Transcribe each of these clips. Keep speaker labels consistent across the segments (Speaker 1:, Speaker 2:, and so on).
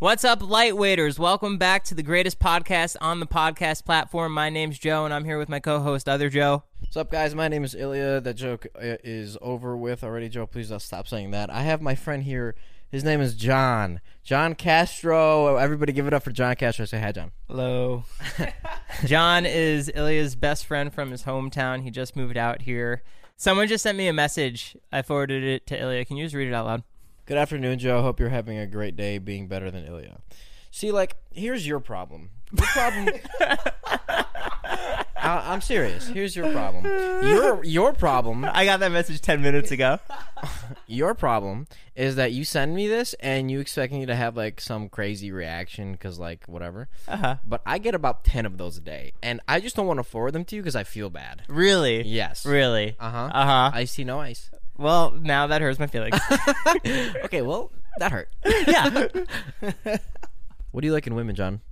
Speaker 1: What's up, lightweighters? Welcome back to the greatest podcast on the podcast platform. My name's Joe, and I'm here with my co-host, other Joe.
Speaker 2: What's up, guys? My name is Ilya. That joke uh, is over with already, Joe. Please uh, stop saying that. I have my friend here. His name is John. John Castro. Everybody give it up for John Castro. Say hi, John.
Speaker 1: Hello. John is Ilya's best friend from his hometown. He just moved out here. Someone just sent me a message. I forwarded it to Ilya. Can you just read it out loud?
Speaker 2: Good afternoon, Joe. Hope you're having a great day being better than Ilya. See, like, here's your problem. Your problem. I, I'm serious. Here's your problem. Your your problem
Speaker 1: I got that message 10 minutes ago.
Speaker 2: your problem is that you send me this and you expect me to have like some crazy reaction because like whatever uh-huh. but i get about 10 of those a day and i just don't want to forward them to you because i feel bad
Speaker 1: Really?
Speaker 2: yes
Speaker 1: Really?
Speaker 2: uh-huh
Speaker 1: Uh-huh.
Speaker 2: i see no ice
Speaker 1: Well, now that hurts my feelings.
Speaker 2: okay well that hurt
Speaker 1: yeah.
Speaker 2: what do you like in women john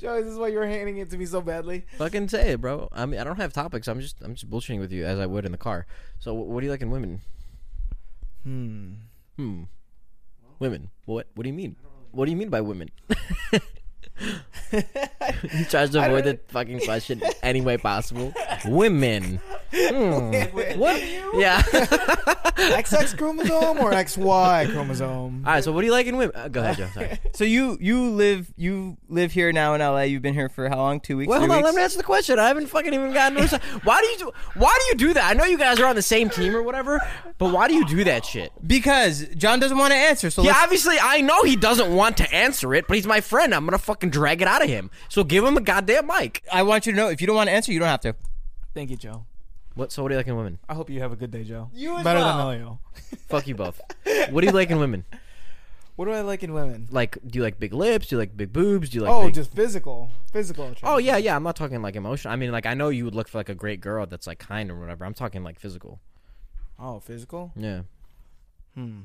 Speaker 3: Joey, this is why you were handing it to me so badly.
Speaker 2: fucking say it bro i mean i don't have topics i'm just i'm just bullshitting with you as i would in the car so wh- what do you like in women hmm hmm women what what do you mean what do you mean by women He tries to avoid the fucking question any way possible. Women. Hmm. What? Yeah.
Speaker 3: XX chromosome or XY chromosome?
Speaker 2: All right. So, what do you like in women? Uh, go ahead, Joe. Sorry.
Speaker 1: So you you live you live here now in LA. You've been here for how long? Two weeks.
Speaker 2: Well,
Speaker 1: three
Speaker 2: hold on. Let
Speaker 1: weeks?
Speaker 2: me answer the question. I haven't fucking even gotten. To why do you do? Why do you do that? I know you guys are on the same team or whatever, but why do you do that shit?
Speaker 1: Because John doesn't want to answer. So
Speaker 2: Yeah,
Speaker 1: let's-
Speaker 2: obviously, I know he doesn't want to answer it, but he's my friend. I'm gonna fucking drag it out of him. So give him a goddamn mic.
Speaker 1: I want you to know if you don't want to answer, you don't have to.
Speaker 3: Thank you, Joe.
Speaker 2: What? So what do you like in women?
Speaker 3: I hope you have a good day, Joe.
Speaker 1: You as
Speaker 3: Better
Speaker 1: well.
Speaker 3: than Elio.
Speaker 2: Fuck you both. What do you like in women?
Speaker 3: What do I like in women?
Speaker 2: Like, do you like big lips? Do you like big boobs? Do you like?
Speaker 3: oh,
Speaker 2: big-
Speaker 3: just physical. Physical attraction.
Speaker 2: Oh yeah, yeah. I'm not talking like emotion. I mean, like I know you would look for like a great girl that's like kind or whatever. I'm talking like physical.
Speaker 3: Oh, physical?
Speaker 2: Yeah.
Speaker 1: Can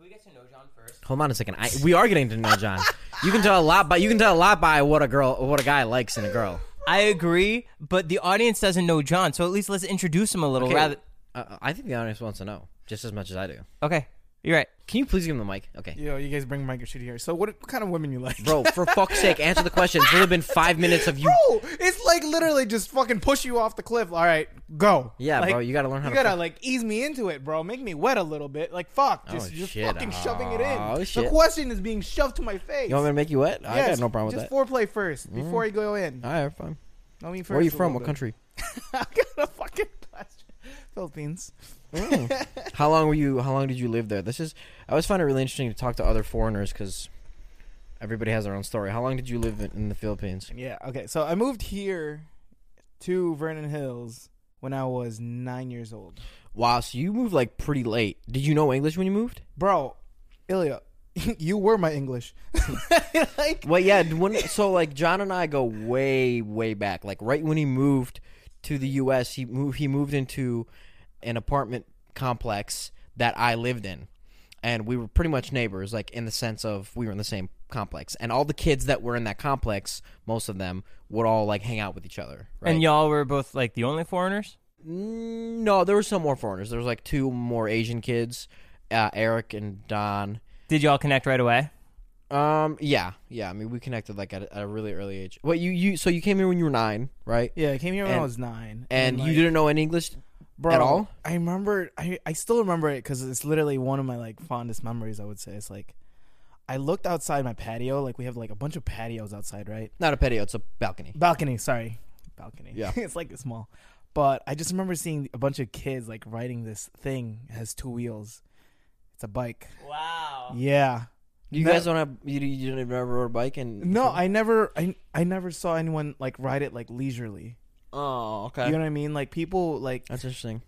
Speaker 1: we get to know John first?
Speaker 2: Hold on a second. I, we are getting to know John. You can tell a lot by you can tell a lot by what a girl what a guy likes in a girl.
Speaker 1: I agree, but the audience doesn't know John, so at least let's introduce him a little.
Speaker 2: Okay.
Speaker 1: Rather,
Speaker 2: Uh, I think the audience wants to know just as much as I do.
Speaker 1: okay, you're right.
Speaker 2: Can you please give him the mic? Okay.
Speaker 3: Mm. Yo, you guys bring Mike and shit here. So, what, what kind of women you like?
Speaker 2: Bro, for fuck's sake, answer the question. It's only been five minutes of you.
Speaker 3: Bro, it's like literally just fucking push you off the cliff. All right, go.
Speaker 2: Yeah,
Speaker 3: Like,
Speaker 2: bro, you gotta learn how
Speaker 3: You
Speaker 2: to.
Speaker 3: gotta like ease me into it, bro. Make me wet a little bit. Like fuck, just,
Speaker 2: Oh,
Speaker 3: just
Speaker 2: shit.
Speaker 3: fucking shoving it in.
Speaker 2: Oh,
Speaker 3: The
Speaker 2: shit.
Speaker 3: question is being shoved to my face.
Speaker 2: you want me to make you wet? I got no problem with
Speaker 3: just
Speaker 2: that.
Speaker 3: foreplay first before you go in.
Speaker 2: All right, fine.
Speaker 3: Know me first
Speaker 2: Where are you
Speaker 3: a
Speaker 2: from?
Speaker 3: little
Speaker 2: What country?
Speaker 3: bit. I got a fucking question. Philippines.
Speaker 2: how long were you? How long did you live there? This is. I always find it really interesting to talk to other foreigners because everybody has their own story. How long did you live in, in the Philippines?
Speaker 3: Yeah. Okay. So I moved here to Vernon Hills when I was nine years old.
Speaker 2: Wow, so you moved like pretty late. Did you know English when you moved?
Speaker 3: Bro, Ilya, you were my English. like,
Speaker 2: Well, yeah. When, so like John and I go way, way back. Like right when he moved to the U.S., he moved. He moved into an apartment complex that I lived in, and we were pretty much neighbors. Like in the sense of we were in the same complex, and all the kids that were in that complex, most of them would all like hang out with each other. Right?
Speaker 1: And y'all were both like the only foreigners.
Speaker 2: Mm, no, there were some more foreigners. There was like two more Asian kids, uh, Eric and Don.
Speaker 1: Did y'all connect right away?
Speaker 2: Um. Yeah. Yeah. I mean, we connected like at a, at a really early age. Wait, you you so you came here when you were nine, right?
Speaker 3: yeah, I came here when
Speaker 2: And-
Speaker 3: I was nine.
Speaker 2: And you
Speaker 3: like,
Speaker 2: didn't know any English
Speaker 3: bro,
Speaker 2: at all.
Speaker 3: I remember. I I still remember it because it's literally one of my like fondest memories. I would say it's like. I looked outside my patio, like we have like a bunch of patios outside, right?
Speaker 2: Not a patio. It's a balcony.
Speaker 3: balcony sorry balcony
Speaker 2: Yeah.
Speaker 3: it's like small but i just remember seeing a bunch of kids like riding this thing it has two wheels it's a bike
Speaker 1: Wow.
Speaker 3: yeah
Speaker 2: You
Speaker 3: No.
Speaker 2: guys don't have. You, you didn't ever rode a bike and.
Speaker 3: no i never I, I never saw anyone like ride it like leisurely
Speaker 2: Oh, okay.
Speaker 3: you know what i mean like people like
Speaker 2: That's interesting.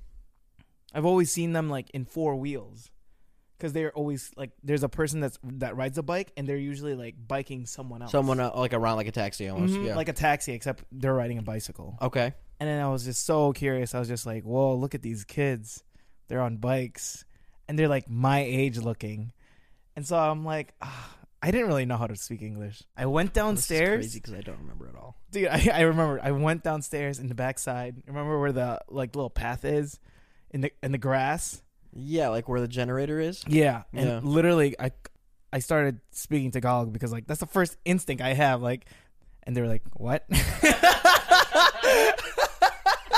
Speaker 3: i've always seen them like in four wheels because they're always like there's a person that's that rides a bike and they're usually like biking someone else.
Speaker 2: Someone uh, like around like a taxi almost.
Speaker 3: Mhm,
Speaker 2: Yeah.
Speaker 3: like a taxi except they're riding a bicycle.
Speaker 2: okay.
Speaker 3: And then I was just so curious. I was just like, "Whoa, look at these kids. They're on bikes and they're like my age looking." And so I'm like, ah, I didn't really know how to speak English. I went downstairs
Speaker 2: because I don't remember at all.
Speaker 3: dude I, I remember i went downstairs in the backside remember where the like little path is in the in the grass
Speaker 2: Yeah, like where the generator is.
Speaker 3: yeah and
Speaker 2: Yeah.
Speaker 3: literally i i started speaking tagalog because like that's the first instinct i have like and they were like what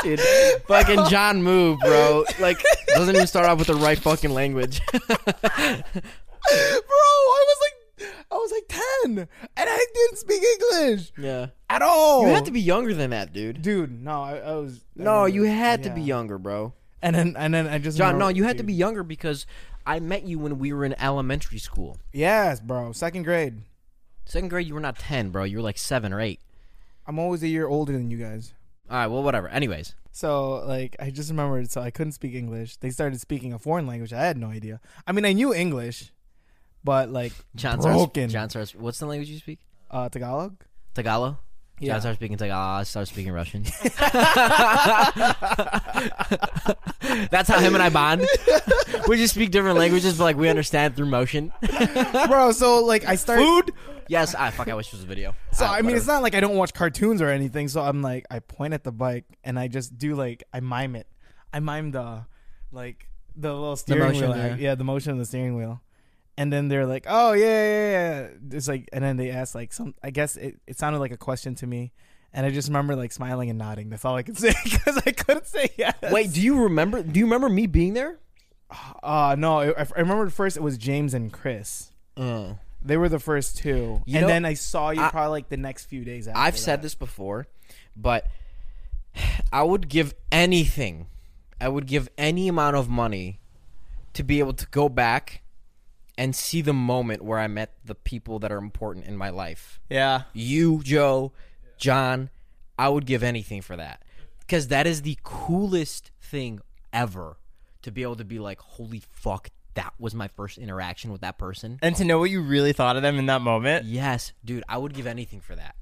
Speaker 2: Dude, fucking John move, bro. Like doesn't even start off with the right fucking language.
Speaker 3: bro i was like i was like 10 and i didn't speak english
Speaker 2: yeah.
Speaker 3: at all
Speaker 2: You had to be younger than that, dude.
Speaker 3: dude no i, I was I
Speaker 2: No,
Speaker 3: remember-
Speaker 2: you had to be
Speaker 3: yeah.
Speaker 2: younger, bro.
Speaker 3: and then and then i just
Speaker 2: John, no,
Speaker 3: remember-
Speaker 2: you had to
Speaker 3: dude.
Speaker 2: be younger because I met you when we were in elementary school.
Speaker 3: yes bro second grade
Speaker 2: Second grade, you were not 10, bro. You were like 7 or 8.
Speaker 3: i'm always a year older than you guys
Speaker 2: All right, well, whatever. Anyways.
Speaker 3: So like I just remembered so I couldn't speak English. They started speaking a foreign language. I had no idea. I mean I knew English, but like
Speaker 2: John
Speaker 3: broken
Speaker 2: starts. John starts. What's the language you speak?
Speaker 3: uh Tagalog.
Speaker 2: Tagalog?
Speaker 3: Yeah.
Speaker 2: John starts speaking Tagalog. I start speaking Russian. That's how him and I bond. we just speak different languages, but like we understand through motion.
Speaker 3: Bro, so like I started Food?
Speaker 2: yes, I fuck. I wish it was a video.
Speaker 3: So
Speaker 2: Ah,
Speaker 3: I mean it's
Speaker 2: whatever.
Speaker 3: not like I don't watch cartoons or anything, so I'm like I point at the bike and I just do like I mime it. I mime the like the little steering
Speaker 2: motion,
Speaker 3: wheel.
Speaker 2: yeah.
Speaker 3: Yeah. the motion of the steering wheel. And then they're like, "Oh yeah, yeah, yeah." It's like, and then they asked like some. I guess it, it sounded like a question to me, and I just remember like smiling and nodding. That's all I could say because I couldn't say yes.
Speaker 2: Wait, do you remember? Do you remember me being there?
Speaker 3: uh no. I, I remember at first it was James and Chris.
Speaker 2: Uh,
Speaker 3: They were the first two,
Speaker 2: You
Speaker 3: and
Speaker 2: know,
Speaker 3: then I saw you
Speaker 2: I-
Speaker 3: probably like the next few days. after
Speaker 2: I've said
Speaker 3: that.
Speaker 2: this before, but I would give anything. I would give any amount of money to be able to go back and see the moment where I met the people that are important in my life.
Speaker 4: Yeah.
Speaker 2: you, Joe, John, I would give anything for that because that is the coolest thing ever to be able to be like, holy fuck, that was my first interaction with that person.
Speaker 4: And to know what you really thought of them in that moment.
Speaker 2: Yes, dude, I would give anything for that.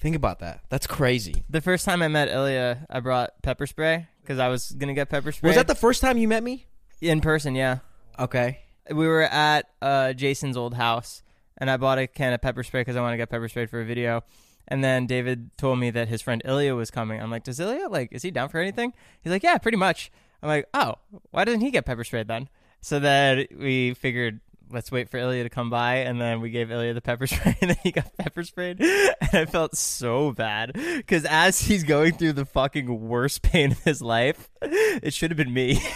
Speaker 2: Think about that. That's crazy.
Speaker 4: The first time I met Ilya, I brought pepper spray because I was gonna get pepper spray.
Speaker 2: Was that the first time you met me?
Speaker 4: in person? Yeah.
Speaker 2: Okay.
Speaker 4: we were at uh, Jason's old house, and I bought a can of pepper spray because I want to get pepper sprayed for a video. And then David told me that his friend Ilya was coming. I'm like, does Ilya like is he down for anything? He's like, yeah, pretty much. I'm like, oh, why doesn't he get pepper sprayed then? So then we figured let's wait for Ilya to come by, and then we gave Ilya the pepper spray, and then he got pepper sprayed, and I felt so bad because as he's going through the fucking worst pain of his life, it should have been me.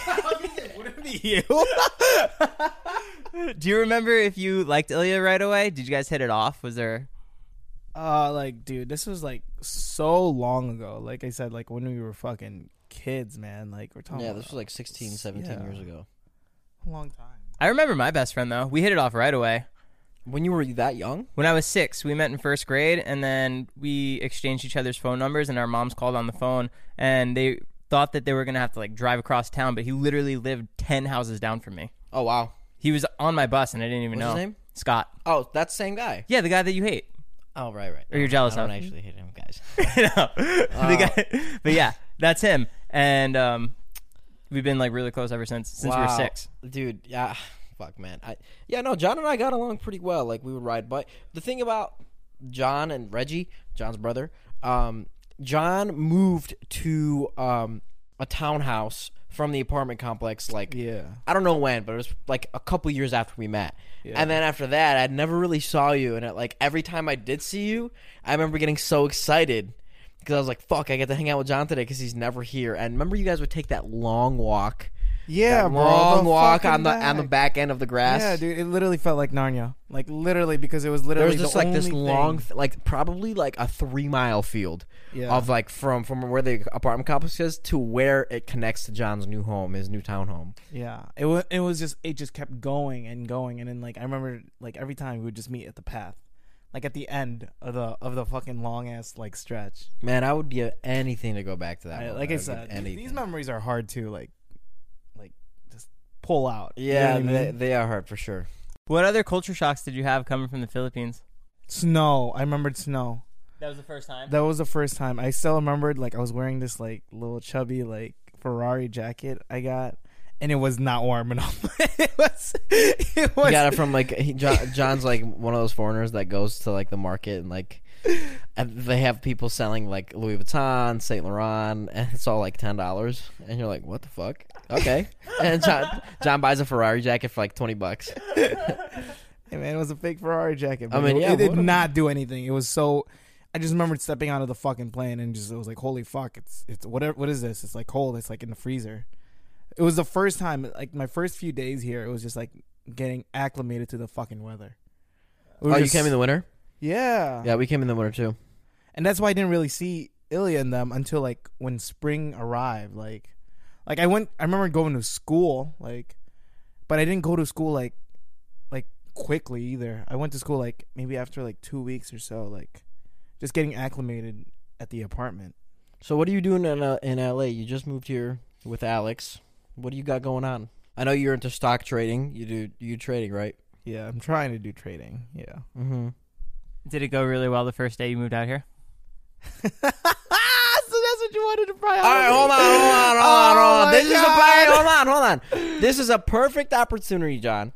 Speaker 4: Do you remember if you liked Ilya right away? Did you guys hit it off? Was there?
Speaker 3: Uh, like, dude, this was like so long ago. Like I said, like when we were fucking kids, man. Like we're talking.
Speaker 2: Yeah,
Speaker 3: about
Speaker 2: this was like 16, 17
Speaker 3: Yeah.
Speaker 2: years ago.
Speaker 3: a long time.
Speaker 4: I remember my best friend though. We hit it off right away.
Speaker 2: When you were that young?
Speaker 4: When I was six, we met in first grade, and then we exchanged each other's phone numbers. And our moms called on the phone, and they thought that they were gonna have to like drive across town, but he literally lived ten houses down from me.
Speaker 2: Oh, wow.
Speaker 4: He was on my bus, and I didn't even
Speaker 2: What's
Speaker 4: know
Speaker 2: his name?
Speaker 4: Scott.
Speaker 2: Oh, that's the same guy.
Speaker 4: Yeah, the guy that you hate.
Speaker 2: Oh, right, right.
Speaker 4: Or you're jealous
Speaker 2: I don't Oh.
Speaker 4: of.
Speaker 2: actually hate him, guys.
Speaker 4: no, the guy. But yeah, that's him. And um, we've been like really close ever since since we were
Speaker 2: Wow.
Speaker 4: six.
Speaker 2: dude. Yeah, fuck, man. I yeah, no. John and I got along pretty well. Like we would ride bike. The thing about John and Reggie, John's brother, um, John moved to um a townhouse from the apartment complex. Like
Speaker 3: Yeah.
Speaker 2: I don't know when, but it was like a couple years after we met. And then after that, I never really saw you. And it, like every time I did see you, I remember getting so excited because I was like, "Fuck, I get to hang out with John today because he's never here." And remember, you guys would take that long walk.
Speaker 3: Yeah,
Speaker 2: That
Speaker 3: bro.
Speaker 2: long
Speaker 3: the
Speaker 2: walk
Speaker 3: fucking
Speaker 2: on the on the back end of the grass.
Speaker 3: Yeah, dude, it literally felt like Narnia. Like literally, because it was
Speaker 2: There
Speaker 3: literally
Speaker 2: was just
Speaker 3: the
Speaker 2: like this
Speaker 3: only
Speaker 2: long,
Speaker 3: thing.
Speaker 2: th- like probably like a three mile field
Speaker 3: Yeah.
Speaker 2: of like from from where the apartment complex is to where it connects to John's new home, his new townhome.
Speaker 3: Yeah, it was. It was just. It just kept going and going, and then like I remember, like every time we would just meet at the path, like at the end of the of the fucking long ass like stretch.
Speaker 2: Man, I would give anything to go back to that.
Speaker 3: I-
Speaker 2: moment.
Speaker 3: like I
Speaker 2: would give
Speaker 3: said, dude,
Speaker 2: anything.
Speaker 3: these memories are hard to like, like just pull out. You know
Speaker 2: Yeah,
Speaker 3: what I
Speaker 2: they,
Speaker 3: mean?
Speaker 2: they are hard for sure.
Speaker 1: What other culture shocks did you have coming from the Philippines?
Speaker 3: snow. I remembered snow.
Speaker 1: That was the first time.
Speaker 3: That was the first time. I still remembered like I was wearing this like little chubby like Ferrari jacket I got, and it was not warm enough. it was. It was.
Speaker 2: He got it from like he, John, John's like one of those foreigners that goes to like the market and like and they have people selling like Louis Vuitton, Saint Laurent, and it's all like ten dollars, and you're like, what the fuck? Okay, and John John buys a Ferrari jacket for like twenty bucks.
Speaker 3: Hey, man, it was a fake Ferrari jacket. But
Speaker 2: mean,
Speaker 3: it,
Speaker 2: yeah,
Speaker 3: it did
Speaker 2: would've-
Speaker 3: not do anything. It was so. I just remembered stepping out of the fucking plane and just it was like, holy fuck, it's it's whatever. What is this? It's like cold. It's like in the freezer. It was the first time, like my first few days here, it was just like getting acclimated to the fucking weather. We were
Speaker 2: Oh, you
Speaker 3: just-
Speaker 2: came in the winter?
Speaker 3: yeah,
Speaker 2: Yeah, we came in the winter too.
Speaker 3: and that's why I didn't really see Ilya and them until like when spring arrived. Like, like I went. I remember going to school, like, but I didn't go to school like, like quickly either. I went to school like maybe after like two weeks or so, like, just getting acclimated at the apartment.
Speaker 2: So what are you doing in uh, in LA? You just moved here with Alex. What do you got going on? I know you're into stock trading. You do you trading right?
Speaker 3: Yeah, I'm trying to do trading. Yeah.
Speaker 2: Mm-hmm.
Speaker 1: Did it go really well the first day you moved out here?
Speaker 3: Ah, so that's what you wanted to pry
Speaker 2: All right, hold on, hold on, hold on, hold
Speaker 3: my
Speaker 2: on. This is a
Speaker 3: God.
Speaker 2: hold on, hold on. This is a perfect opportunity, John.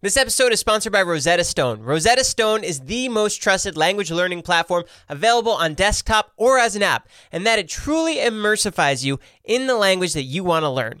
Speaker 4: This episode is sponsored by Rosetta Stone. Rosetta Stone is the most trusted language learning platform available on desktop or as an app, and that it truly immersifies you in the language that you want to learn.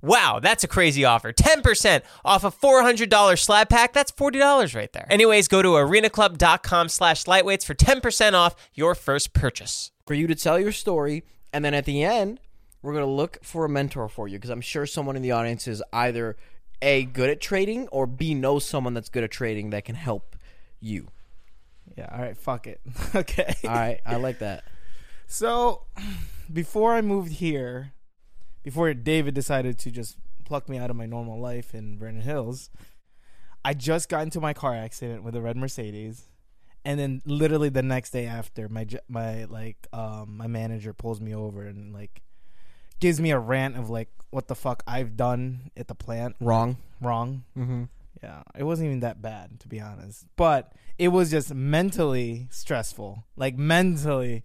Speaker 4: Wow, that's a crazy offer. 10% off a $400 slab pack. That's $40 right there. Anyways, go to arenaclub.com slash lightweights for 10% off your first purchase.
Speaker 2: For you to tell your story, and then at the end, we're gonna look for a mentor for you because I'm sure someone in the audience is either a good at trading or b knows someone that's good at trading that can help you.
Speaker 3: Yeah. All right. Fuck it. okay.
Speaker 2: All right, I like that.
Speaker 3: So, before I moved here, before David decided to just pluck me out of my normal life in Vernon Hills, I just got into my car accident with a red Mercedes, and then literally the next day after, my j- my like um my manager pulls me over and like gives me a rant of like what the fuck I've done at the plant
Speaker 2: Wrong.
Speaker 3: wrong.
Speaker 2: Mm-hmm.
Speaker 3: Yeah, it wasn't even that bad to be honest, but it was just mentally stressful. Like mentally,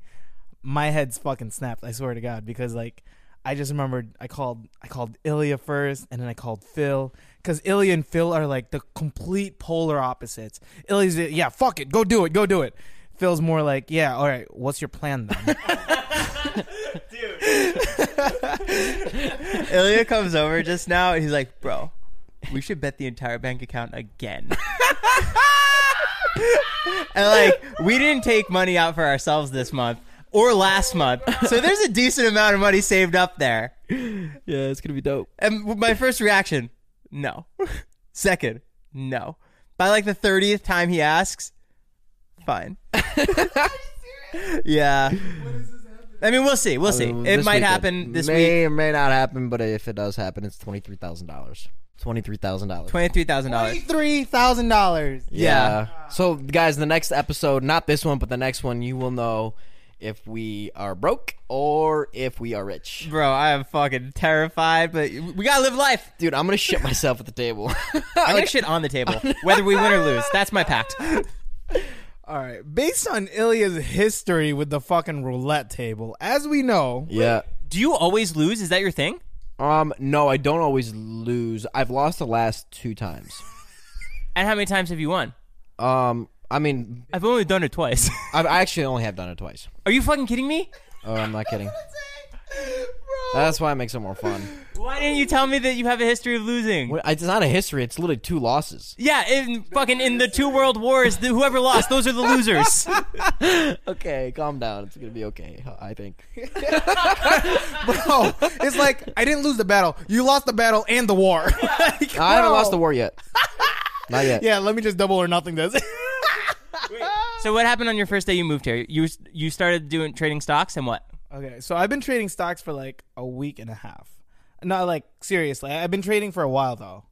Speaker 3: my head's fucking snapped. I swear to God, because like I just remembered I called I called Ilya first, and then I called Phil because Ilya and Phil are like the complete polar opposites. Ilya's yeah, fuck it, go do it, go do it. Phil's more like yeah, all right, what's your plan then?
Speaker 1: Ilya comes over just now and he's like, "Bro, we should bet the entire bank account again." and like, we didn't take money out for ourselves this month or last month, so there's a decent amount of money saved up there.
Speaker 2: Yeah, it's gonna be dope.
Speaker 1: And w- my first reaction, no. Second, no. By like the thirtieth time he asks, fine. yeah. I mean, we'll see. We'll see. it might happen this
Speaker 2: may
Speaker 1: week.
Speaker 2: or may not happen, but if it does happen, it's twenty three thousand dollars. Twenty three thousand dollars.
Speaker 1: Twenty-three thousand dollars.
Speaker 3: Three thousand dollars.
Speaker 1: Yeah.
Speaker 2: So, guys, the next episode, not this one, but the next one, you will know if we are broke or if we are rich.
Speaker 1: Bro, I am fucking terrified, but we gotta live life.
Speaker 2: Dude, I'm gonna shit myself at the table.
Speaker 1: I'm gonna shit on the table, whether we win or lose. That's my pact.
Speaker 3: All right. Based on Ilya's history with the fucking roulette table, as we know,
Speaker 2: yeah.
Speaker 1: Do you always lose? Is that your thing?
Speaker 2: Um. No, I don't always lose. I've lost the last two times.
Speaker 1: And how many times have you won?
Speaker 2: Um. I mean,
Speaker 1: I've only done it twice.
Speaker 2: I've I actually only have done it twice.
Speaker 1: Are you fucking kidding me?
Speaker 2: Oh, I'm not kidding. That's why it makes it more fun.
Speaker 1: Why didn't you tell me that you have a history of losing?
Speaker 2: Well, It's not a history. It's literally two losses.
Speaker 1: Yeah, in fucking in the two world wars, the, whoever lost, those are the losers.
Speaker 2: Okay, calm down. It's gonna be okay. I think.
Speaker 3: bro, it's like I didn't lose the battle. You lost the battle and the war. Like,
Speaker 2: I haven't
Speaker 3: bro.
Speaker 2: lost the war yet. Not yet.
Speaker 3: Yeah, let me just double or nothing this.
Speaker 1: so what happened on your first day you moved here? You you started doing trading stocks and what?
Speaker 3: okay, so I've been trading stocks for like a week and a half. Not like seriously. I've been trading for a while though.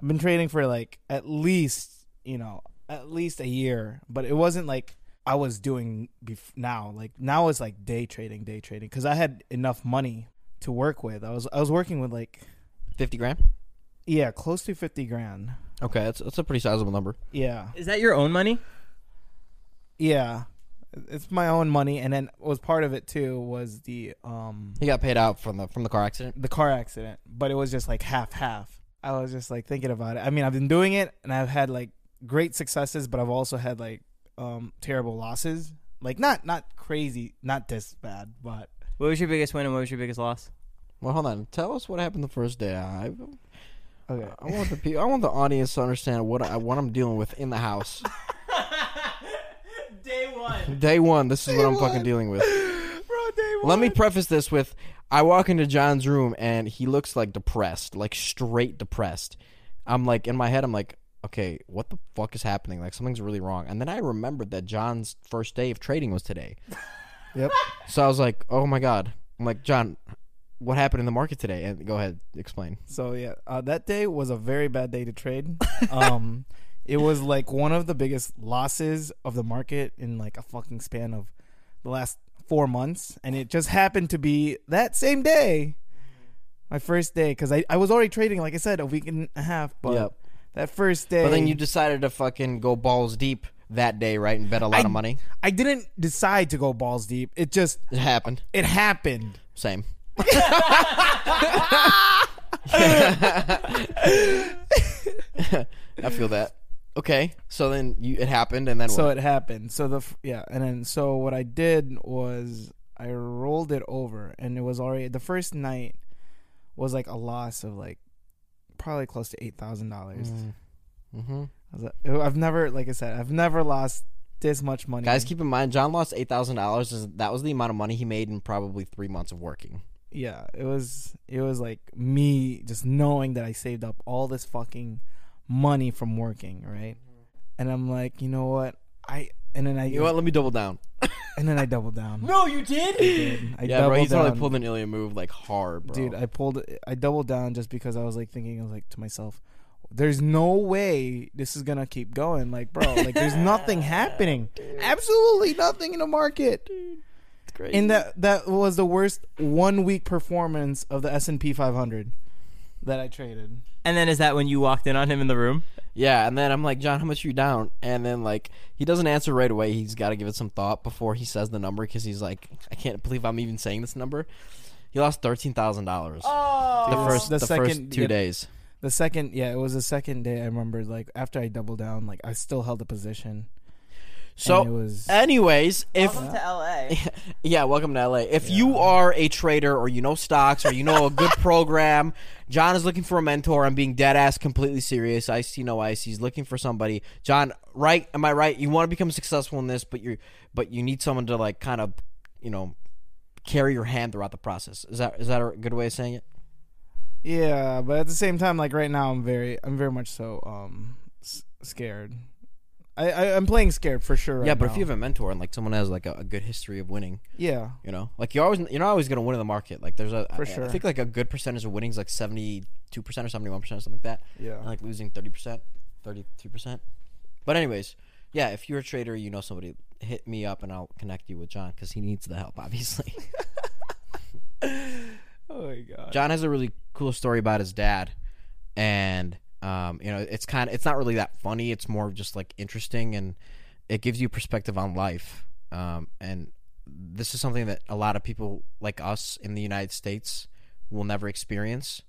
Speaker 3: I've been trading for like at least, you know, at least a year, but it wasn't like I was doing bef- now. Like now it's like day trading, day trading cuz I had enough money to work with. I was I was working with like
Speaker 2: Fifty grand.
Speaker 3: yeah, close to 50 grand.
Speaker 2: Okay, that's that's a pretty sizable number.
Speaker 3: Yeah.
Speaker 1: Is that your own money?
Speaker 3: Yeah. It's my own money and then what was part of it too was the um
Speaker 2: He got paid out from the from the car accident.
Speaker 3: the car accident, but it was just like half half. I was just like thinking about it. I mean, I've been doing it and I've had like great successes, but I've also had like um terrible losses. Like not not crazy, not this bad, but
Speaker 1: What was your biggest win and what was your biggest loss?
Speaker 2: Well, hold on. Tell us what happened the first day. I
Speaker 3: okay.
Speaker 2: I want the pe- I want the audience to understand what I what I'm dealing with in the house.
Speaker 1: Day one.
Speaker 2: Day one. This is what I'm fucking dealing with. Let me preface this with I walk into John's room and he looks like depressed, like straight depressed. I'm like in my head I'm like, okay, what the fuck is happening? Like something's really wrong. And then I remembered that John's first day of trading was today.
Speaker 3: Yep.
Speaker 2: So I was like, "Oh my god!" I'm like, "John, what happened in the market today?" And go ahead, explain.
Speaker 3: So yeah, uh, that day was a very bad day to trade. Um, it was like one of the biggest losses of the market in like a fucking span of the last four months, and it just happened to be that same day, my first day, because I, I was already trading, like I said, a week and a half, but
Speaker 2: Yep.
Speaker 3: that first day,
Speaker 2: But then you decided to fucking go balls deep that day, right? And bet a lot
Speaker 3: I-
Speaker 2: of money.
Speaker 3: I didn't decide to go balls deep. It just
Speaker 2: It happened.
Speaker 3: it happened.
Speaker 2: Same. I feel that. Okay, so then you it happened, and then
Speaker 3: So
Speaker 2: what?
Speaker 3: it happened. So the f- yeah, and then so what I did was I rolled it over, and it was already the first night was like a loss of like probably close to eight thousand dollars.
Speaker 2: hmm
Speaker 3: I've never, like I said, I've never lost this much money.
Speaker 2: Guys, keep in mind, John lost eight thousand dollars. That was the amount of money he made in probably three months of working.
Speaker 3: yeah, it was it was like me just knowing that I saved up all this fucking money from working, right? And I'm like, you know what, I. And then I
Speaker 2: You know what? Let me double down.
Speaker 3: and then I doubled down.
Speaker 1: No, you did?
Speaker 3: I
Speaker 2: Yeah, bro, he
Speaker 3: doubled
Speaker 2: totally
Speaker 3: down.
Speaker 2: pulled an Ilya move like hard, bro.
Speaker 3: dude i pulled i doubled down just because i was like thinking i was like to myself there's no way this is gonna keep going like bro like there's nothing happening absolutely nothing in the market
Speaker 2: crazy.
Speaker 3: and that that was the worst one week performance of the s&p 500 that i traded
Speaker 1: And then is that when you walked in on him in the room?
Speaker 2: Yeah, and then I'm like, John, how much you down? And then like he doesn't answer right away. He's got to give it some thought before he says the number because he's like, I can't believe I'm even saying this number. He lost thirteen thousand dollars
Speaker 3: Oh,
Speaker 2: the first
Speaker 3: the,
Speaker 2: the,
Speaker 3: second
Speaker 2: first two
Speaker 3: yeah,
Speaker 2: days.
Speaker 3: The second, yeah, it was the second day. I remember, like after I doubled down, like I still held the position.
Speaker 2: So,
Speaker 3: and it was
Speaker 2: anyways, if
Speaker 1: Welcome to LA.
Speaker 2: yeah, welcome to LA. If you are a trader or you know stocks or you know a good program, John is looking for a mentor. I'm being dead ass, completely serious. I see no ice. He's looking for somebody. John, right? Am I right? You want to become successful in this, but you are but you need someone to like kind of you know carry your hand throughout the process. Is that is that a good way of saying it?
Speaker 3: yeah, but at the same time, like right now, I'm very, I'm very much so um s- scared. I, I I'm playing scared for sure. Right
Speaker 2: yeah, but if
Speaker 3: now.
Speaker 2: you have a mentor and like someone has like a, a good history of winning,
Speaker 3: yeah,
Speaker 2: You know, like you're always you're not always gonna win in the market. Like there's a I-
Speaker 3: For
Speaker 2: I
Speaker 3: sure.
Speaker 2: think like a good percentage of winning is like seventy two percent or seventy one percent or something like that.
Speaker 3: Yeah.
Speaker 2: And like losing thirty percent, thirty two percent. But anyways, yeah, if you're a trader, you know somebody, hit me up and I'll connect you with John because he needs the help. Obviously,
Speaker 3: oh my god,
Speaker 2: John has a really cool story about his dad, and um, you know, it's kind of it's not really that funny. It's more of just like interesting and it gives you perspective on life. Um, and this is something that a lot of people like us in the United States will never experience.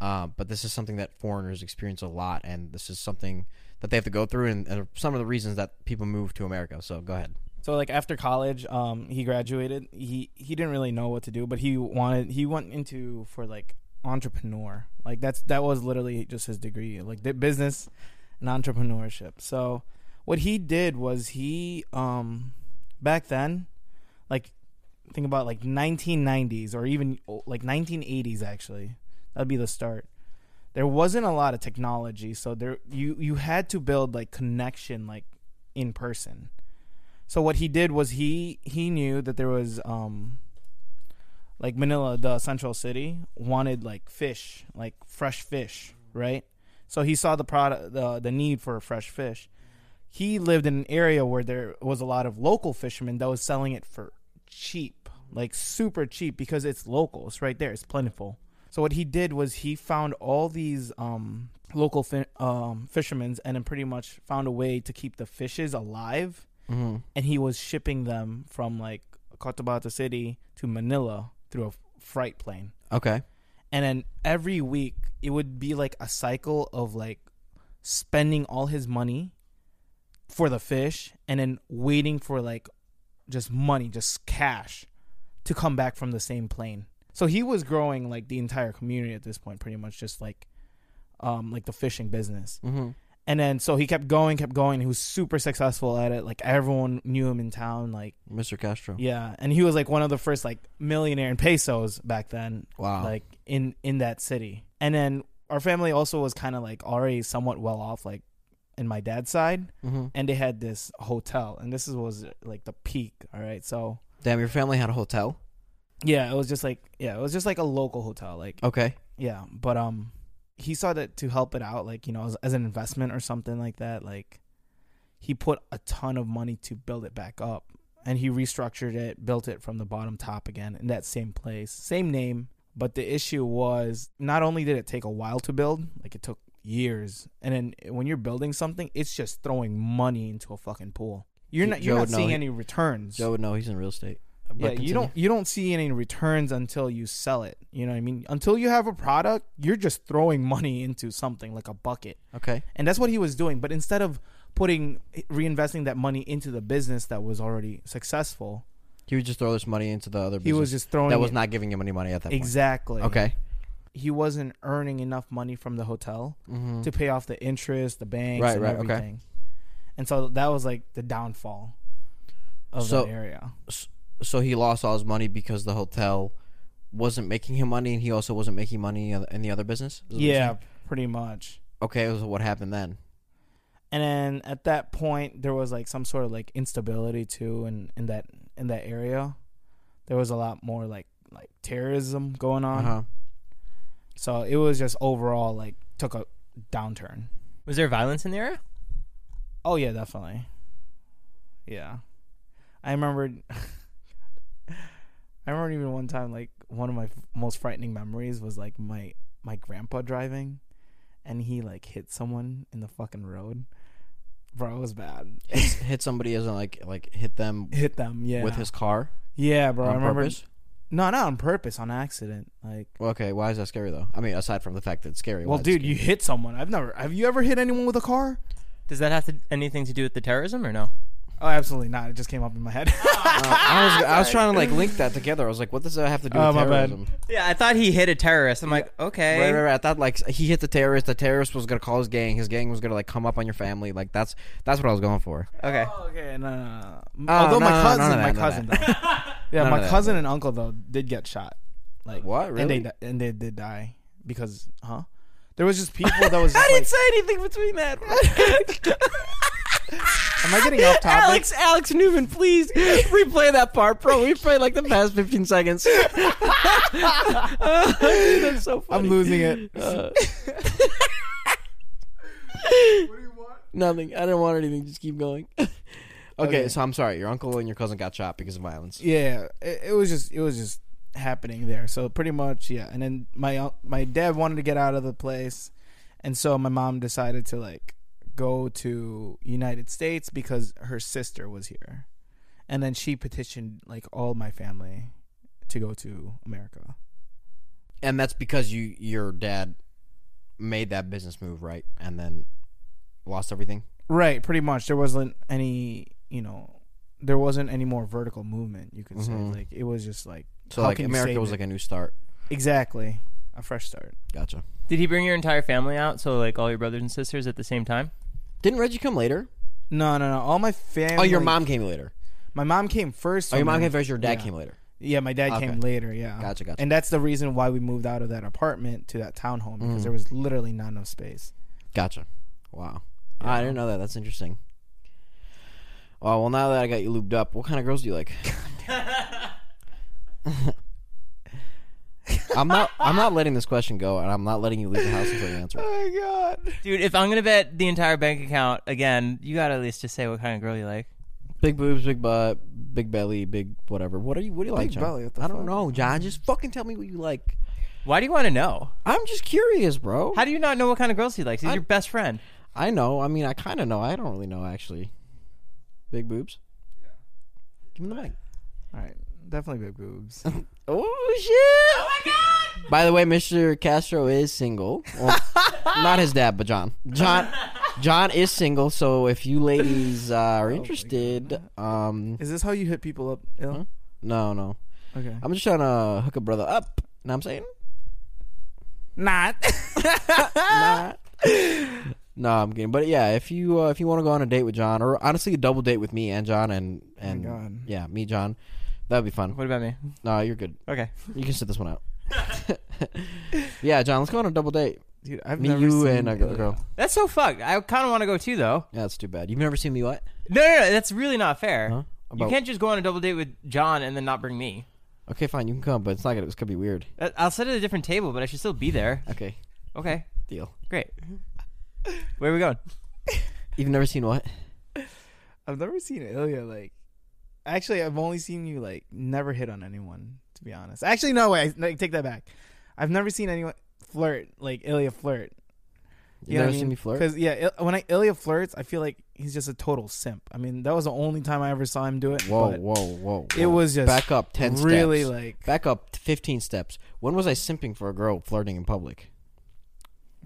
Speaker 2: Uh, but this is something that foreigners experience a lot, and this is something that they have to go through, and, and some of the reasons that people move to America. So go ahead.
Speaker 3: So like after college, um, he graduated. He he didn't really know what to do, but he wanted he went into for like entrepreneur. Like that's that was literally just his degree, like the business and entrepreneurship. So what he did was he um back then, like think about like 1990s or even oh, like 1980s actually. That'd be the start there wasn't a lot of technology so there you you had to build like connection like in person so what he did was he he knew that there was um like manila the central city wanted like fish like fresh fish right so he saw the product the, the need for fresh fish he lived in an area where there was a lot of local fishermen that was selling it for cheap, like super cheap because it's local. It's right there. It's plentiful. So what he did was he found all these um, local fi- um, fishermen and then pretty much found a way to keep the fishes alive. And he was shipping them from like Cotabato City to Manila through a freight plane
Speaker 2: Okay.
Speaker 3: and then every week it would be like a cycle of like spending all his money for the fish and then waiting for like just money just cash to come back from the same plane so he was growing like the entire community at this point pretty much just like um like the fishing business and then so he kept going kept going he was super successful at it like everyone knew him in town like
Speaker 2: Mr. Castro.
Speaker 3: yeah, and he was like one of the first like millionaire in pesos back then.
Speaker 2: Wow.
Speaker 3: Like in in that city. And then our family also was kind of like already somewhat well off like in my dad's side and they had this hotel and this is- was like the peak, all right? So
Speaker 2: Damn, your family had a hotel.
Speaker 3: yeah, it was just like yeah, it was just like a local hotel like
Speaker 2: Okay.
Speaker 3: yeah, but um, he saw that to help it out, like you know, as, as an investment or something like that. Like, he put a ton of money to build it back up, and he restructured it, built it from the bottom top again in that same place, same name. But the issue was not only did it take a while to build, like it took years, and then when you're building something, it's just throwing money into a fucking pool. You're
Speaker 2: Jo-
Speaker 3: not you're
Speaker 2: Joe
Speaker 3: not
Speaker 2: would know.
Speaker 3: seeing
Speaker 2: He-
Speaker 3: any returns.
Speaker 2: Joe would know he's in real estate. But
Speaker 3: Yeah,
Speaker 2: continue.
Speaker 3: you don't you don't see any returns until you sell it. You know what I mean? Until you have a product, you're just throwing money into something like a bucket.
Speaker 2: Okay.
Speaker 3: And that's what he was doing, but instead of putting reinvesting that money into the business that was already successful,
Speaker 2: He would just throw this money into the other.
Speaker 3: he
Speaker 2: Business
Speaker 3: was just throwing
Speaker 2: that was
Speaker 3: it-
Speaker 2: not giving him any money at that point.
Speaker 3: exactly.
Speaker 2: Okay.
Speaker 3: He wasn't earning enough money from the hotel to pay off the interest, the
Speaker 2: Mm-hmm.
Speaker 3: banks
Speaker 2: Right,
Speaker 3: and
Speaker 2: right, okay.
Speaker 3: everything. And so that was like the downfall of
Speaker 2: So-
Speaker 3: that area.
Speaker 2: So he lost all his money because the hotel wasn't making him money, and he also wasn't making money in in the other business. Is what you're
Speaker 3: Yeah,
Speaker 2: saying?
Speaker 3: pretty much.
Speaker 2: Okay. So what happened then?
Speaker 3: and then at that point there was like some sort of like instability too in in that in that area there was a lot more like like terrorism going on
Speaker 2: Uh-huh.
Speaker 3: so it was just overall like took a downturn
Speaker 1: Was there violence in the area?
Speaker 3: oh yeah definitely yeah i remember i remember even one time like one of my f- most frightening memories was like my my grandpa driving and he like hit someone in the fucking road bro it was bad
Speaker 2: Hit, hit somebody as in like like hit them
Speaker 3: hit them. Yeah,
Speaker 2: with his car
Speaker 3: yeah, bro.
Speaker 2: on
Speaker 3: I remember.
Speaker 2: purpose.
Speaker 3: No, not on purpose, on accident. Like,
Speaker 2: Okay, why is that scary though? I mean, aside from the fact that it's scary.
Speaker 3: well,
Speaker 2: why is it
Speaker 3: dude,
Speaker 2: scary?
Speaker 3: you hit someone. I've never. Have you ever hit anyone with a car?
Speaker 1: Does that have to, anything to do with the terrorism or no?
Speaker 3: Oh, absolutely not. It just came up in my head.
Speaker 2: I was I was trying to like link that together. I was like, what does that have to do Uh,
Speaker 3: Oh,
Speaker 2: with
Speaker 3: my bad.
Speaker 2: terrorism?
Speaker 1: Yeah, I thought he hit a terrorist. I'm like, okay.
Speaker 2: Right, right, right. I thought like he hit the terrorist. The terrorist was gonna call his gang. His gang was gonna like come up on your family. Like that's that's what I was going for.
Speaker 1: Okay.
Speaker 3: Oh, okay, no, no, no.
Speaker 2: Oh,
Speaker 3: Although my
Speaker 2: no, no,
Speaker 3: cousin,
Speaker 2: none of that,
Speaker 3: my
Speaker 2: none of
Speaker 3: cousin, though. yeah,
Speaker 2: None
Speaker 3: my
Speaker 2: of that,
Speaker 3: cousin and uncle though did get shot. Like
Speaker 2: What,
Speaker 3: And they
Speaker 2: really?
Speaker 3: di- and they did die because huh? There was just people that was just
Speaker 1: I
Speaker 3: like,
Speaker 1: didn't say anything between that.
Speaker 3: am I getting off topic?
Speaker 2: Alex, Alex Newman, please replay that part, bro. Replay like the past fifteen seconds. Oh, that's so funny.
Speaker 3: I'm losing it.
Speaker 2: Nothing. I didn't want anything. Just keep going. okay, so I'm sorry. Your uncle and your cousin got shot because of violence.
Speaker 3: yeah, it, it was just it was just happening there. So pretty much, yeah. And then my un- my dad wanted to get out of the place, and so my mom decided to like go to United States because her sister was here, and then she petitioned like all my family to go to America.
Speaker 2: And that's because you your dad made that business move, right? And then lost everything.
Speaker 3: Right, pretty much. There wasn't any, you know, there wasn't any more vertical movement. You could say like it was just like
Speaker 2: Mm-hmm. So
Speaker 3: how
Speaker 2: like
Speaker 3: can you
Speaker 2: America
Speaker 3: save
Speaker 2: was
Speaker 3: it?
Speaker 2: like a new start.
Speaker 3: exactly a fresh start.
Speaker 2: Gotcha.
Speaker 1: Did he bring your entire family out? So like all your brothers and sisters at the same time?
Speaker 2: Didn't Reggie come later?
Speaker 3: No, no, no. All my family.
Speaker 2: Oh, your mom came later.
Speaker 3: My mom came first.
Speaker 2: Oh, your
Speaker 3: so
Speaker 2: mom
Speaker 3: my-
Speaker 2: came first. Your dad
Speaker 3: yeah.
Speaker 2: came later.
Speaker 3: Yeah, my dad
Speaker 2: Okay.
Speaker 3: came later. Yeah,
Speaker 2: Gotcha, gotcha.
Speaker 3: And that's the reason why we moved out of that apartment to that townhome because
Speaker 2: Mm.
Speaker 3: there was literally not enough space.
Speaker 2: Gotcha. Wow. Ah, I didn't know that. That's interesting. Oh well, now that I got you lubed up, what kind of girls do you like? I'm not. I'm not letting this question go, and I'm not letting you leave the house until you answer. it.
Speaker 3: Oh my god!
Speaker 1: Dude, if I'm gonna bet the entire bank account again, you gotta at least just say what kind of girl you like.
Speaker 2: Big boobs, big butt, big belly, big whatever. What are you? What do you like, John?
Speaker 3: belly, what the
Speaker 2: I don't
Speaker 3: fuck?
Speaker 2: know, John. Just fucking tell me what you like.
Speaker 1: Why do you want to know?
Speaker 2: I'm just curious, bro.
Speaker 1: How do you not know what kind of girls he likes? He's
Speaker 2: I-
Speaker 1: your best friend.
Speaker 2: I know. I mean, I kind of know. I don't really know actually. Big boobs. Give me the mic.
Speaker 3: All right, definitely big boobs.
Speaker 2: Oh shit! Oh my god! By the way, Mr. Castro is single. Well, not his dad, but John. John. John is single. So if you ladies uh, are interested, um,
Speaker 3: Is this how you hit people up? Ill?
Speaker 2: no, no.
Speaker 3: Okay.
Speaker 2: I'm just trying to hook a brother up. Know what I'm saying?
Speaker 3: Not.
Speaker 2: Nah. no, I'm kidding. But yeah, if you uh, if you want to go on a date with John, or honestly a double date with me and John, and and
Speaker 3: Oh God.
Speaker 2: yeah, me John, that'd be fun.
Speaker 1: What about me?
Speaker 2: No, you're good.
Speaker 1: Okay.
Speaker 2: You can sit this one out. yeah, John, let's go on a double date.
Speaker 3: Dude, I've
Speaker 2: Me,
Speaker 3: never
Speaker 2: you,
Speaker 3: seen
Speaker 2: and a
Speaker 3: Ilya.
Speaker 2: girl.
Speaker 1: That's so fucked. I kind of want to go too, though.
Speaker 2: Yeah, that's too bad. You've never seen me what?
Speaker 1: No, no, no. That's really not fair.
Speaker 2: Huh?
Speaker 1: You
Speaker 2: About-
Speaker 1: can't just go on a double date with John and then not bring me.
Speaker 2: Okay, fine. You can come, but it's not gonna. It's gonna be weird.
Speaker 1: I- I'll sit at a different table, but I should still be there.
Speaker 2: Okay,
Speaker 1: Okay,
Speaker 2: deal.
Speaker 1: great. Where are we going?
Speaker 2: You've never seen what?
Speaker 3: I've never seen Ilya like. Actually, I've only seen you like never hit on anyone. To be honest, actually, no way. I like, take that back. I've never seen anyone flirt like Ilya flirt.
Speaker 2: You've never seen me flirt.
Speaker 3: Because yeah, Il- when I, Ilya flirts, I feel like he's just a total simp. I mean, that was the only time I ever saw him do it.
Speaker 2: Whoa,
Speaker 3: but
Speaker 2: whoa, whoa, whoa!
Speaker 3: it was just
Speaker 2: back up ten.
Speaker 3: really
Speaker 2: steps.
Speaker 3: like
Speaker 2: back up fifteen steps. When was I simping for a girl flirting in public?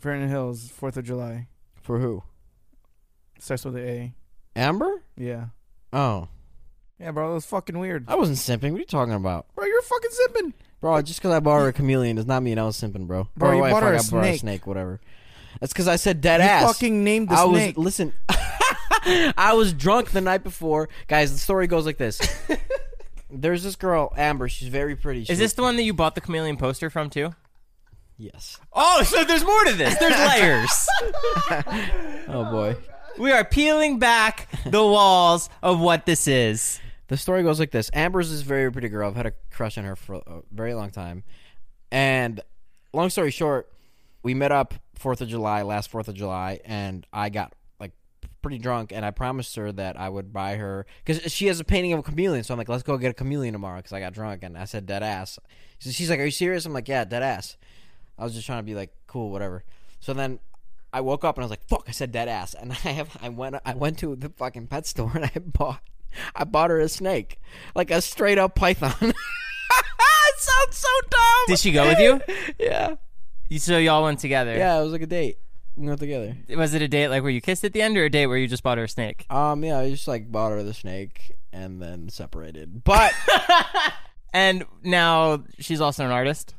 Speaker 3: Vernon Hills, Fourth of July
Speaker 2: For who?
Speaker 3: starts with an A.
Speaker 2: Amber?
Speaker 3: Yeah,
Speaker 2: Oh,
Speaker 3: yeah, bro, it was fucking weird,
Speaker 2: I wasn't simping. What are you talking about,
Speaker 3: bro. You're fucking simping.
Speaker 2: bro? Just because I borrowed a chameleon does not mean I was simping, bro.
Speaker 3: Bro,
Speaker 2: Or
Speaker 3: you
Speaker 2: I
Speaker 3: bought her
Speaker 2: forgot
Speaker 3: a
Speaker 2: I borrowed
Speaker 3: snake.
Speaker 2: snake, whatever. That's because I said dead
Speaker 3: You
Speaker 2: ass.
Speaker 3: fucking named the
Speaker 2: I
Speaker 3: snake.
Speaker 2: was listen. I was drunk the night before, guys. The story goes like this: There's this girl, Amber. She's very pretty. She
Speaker 1: Is this the one that you bought the chameleon poster from too?
Speaker 2: Yes.
Speaker 1: Oh, so there's more to this. There's layers.
Speaker 2: Oh boy.
Speaker 1: we are peeling back the walls of what this is.
Speaker 2: The story goes like this: Amber's this very pretty girl. I've had a crush on her for a very long time, and long story short, we met up Fourth of July, last Fourth of July, and I got like pretty drunk, and I promised her that I would buy her because she has a painting of a chameleon. So I'm like, let's go get a chameleon tomorrow because I got drunk, and I said dead ass. So she's like, are you serious? I'm like, yeah, dead ass. I was just trying to be like cool, whatever. So then I woke up and I was like, "Fuck!" I said dead ass, and I have I went I went to the fucking pet store and I bought I bought her a snake, like a straight up python.
Speaker 3: sounds so dumb.
Speaker 1: Did she go with you?
Speaker 2: yeah.
Speaker 1: You- So y'all went together.
Speaker 2: Yeah, it was like a date. We went together.
Speaker 1: Was it a date like where you kissed at the end, or a date where you just bought her a snake?
Speaker 2: Um, yeah, I just like bought her the snake and then separated. But
Speaker 1: And now she's also an artist.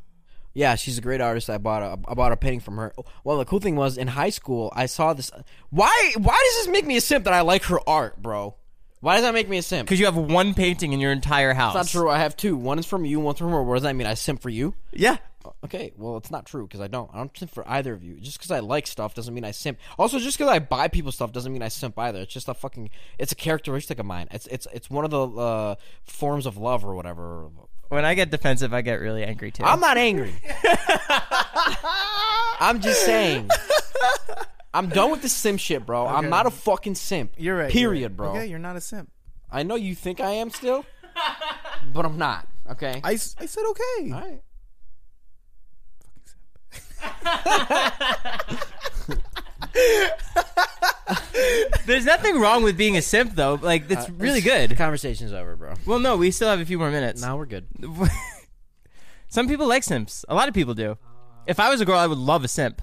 Speaker 2: yeah, she's a great artist. I bought a I bought a painting from her. Well, the cool thing was in high school, I saw this. Why why does this make me a simp that I like her art, bro? Why does that make me a simp?
Speaker 1: Because you have one painting in your entire house.
Speaker 2: It's not true. I have two. One is from you. One's from her. What does that mean? I simp for you?
Speaker 1: Yeah.
Speaker 2: Okay. Well, it's not true because I don't. I don't simp for either of you. Just because I like stuff doesn't mean I simp. Also, just because I buy people stuff doesn't mean I simp either. It's just a fucking. It's a characteristic of mine. It's it's it's one of the uh, forms of love or whatever.
Speaker 1: When I get defensive, I get really angry too.
Speaker 2: I'm not angry. I'm just saying. I'm done with the simp shit, bro. I'm not a fucking simp.
Speaker 3: You're right.
Speaker 2: Period,
Speaker 3: you're right.
Speaker 2: bro.
Speaker 3: Okay, you're not a simp.
Speaker 2: I know you think I am still, but I'm not. Okay.
Speaker 3: I, s- I said okay.
Speaker 2: All right.
Speaker 1: There's nothing wrong with being a simp though. Like that's really good.
Speaker 2: Conversation's over, bro.
Speaker 1: Well, no, we still have a few more minutes.
Speaker 2: Now we're good.
Speaker 1: Some people like simps. A lot of people do. If I was a girl, I would love a simp.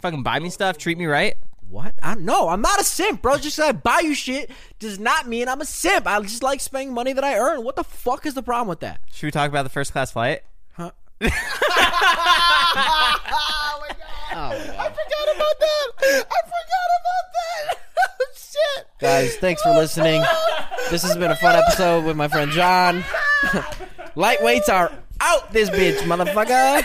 Speaker 1: Fucking buy me stuff, treat me right.
Speaker 2: What? I no, I'm not a simp, bro. Just 'cause I buy you shit does not mean I'm a simp. I just like spending money that I earn. What the fuck is the problem with that?
Speaker 1: Should we talk about the first class flight?
Speaker 2: Oh, Guys, thanks for listening. This has been a fun episode with my friend John. Lightweights are out this bitch, motherfucker.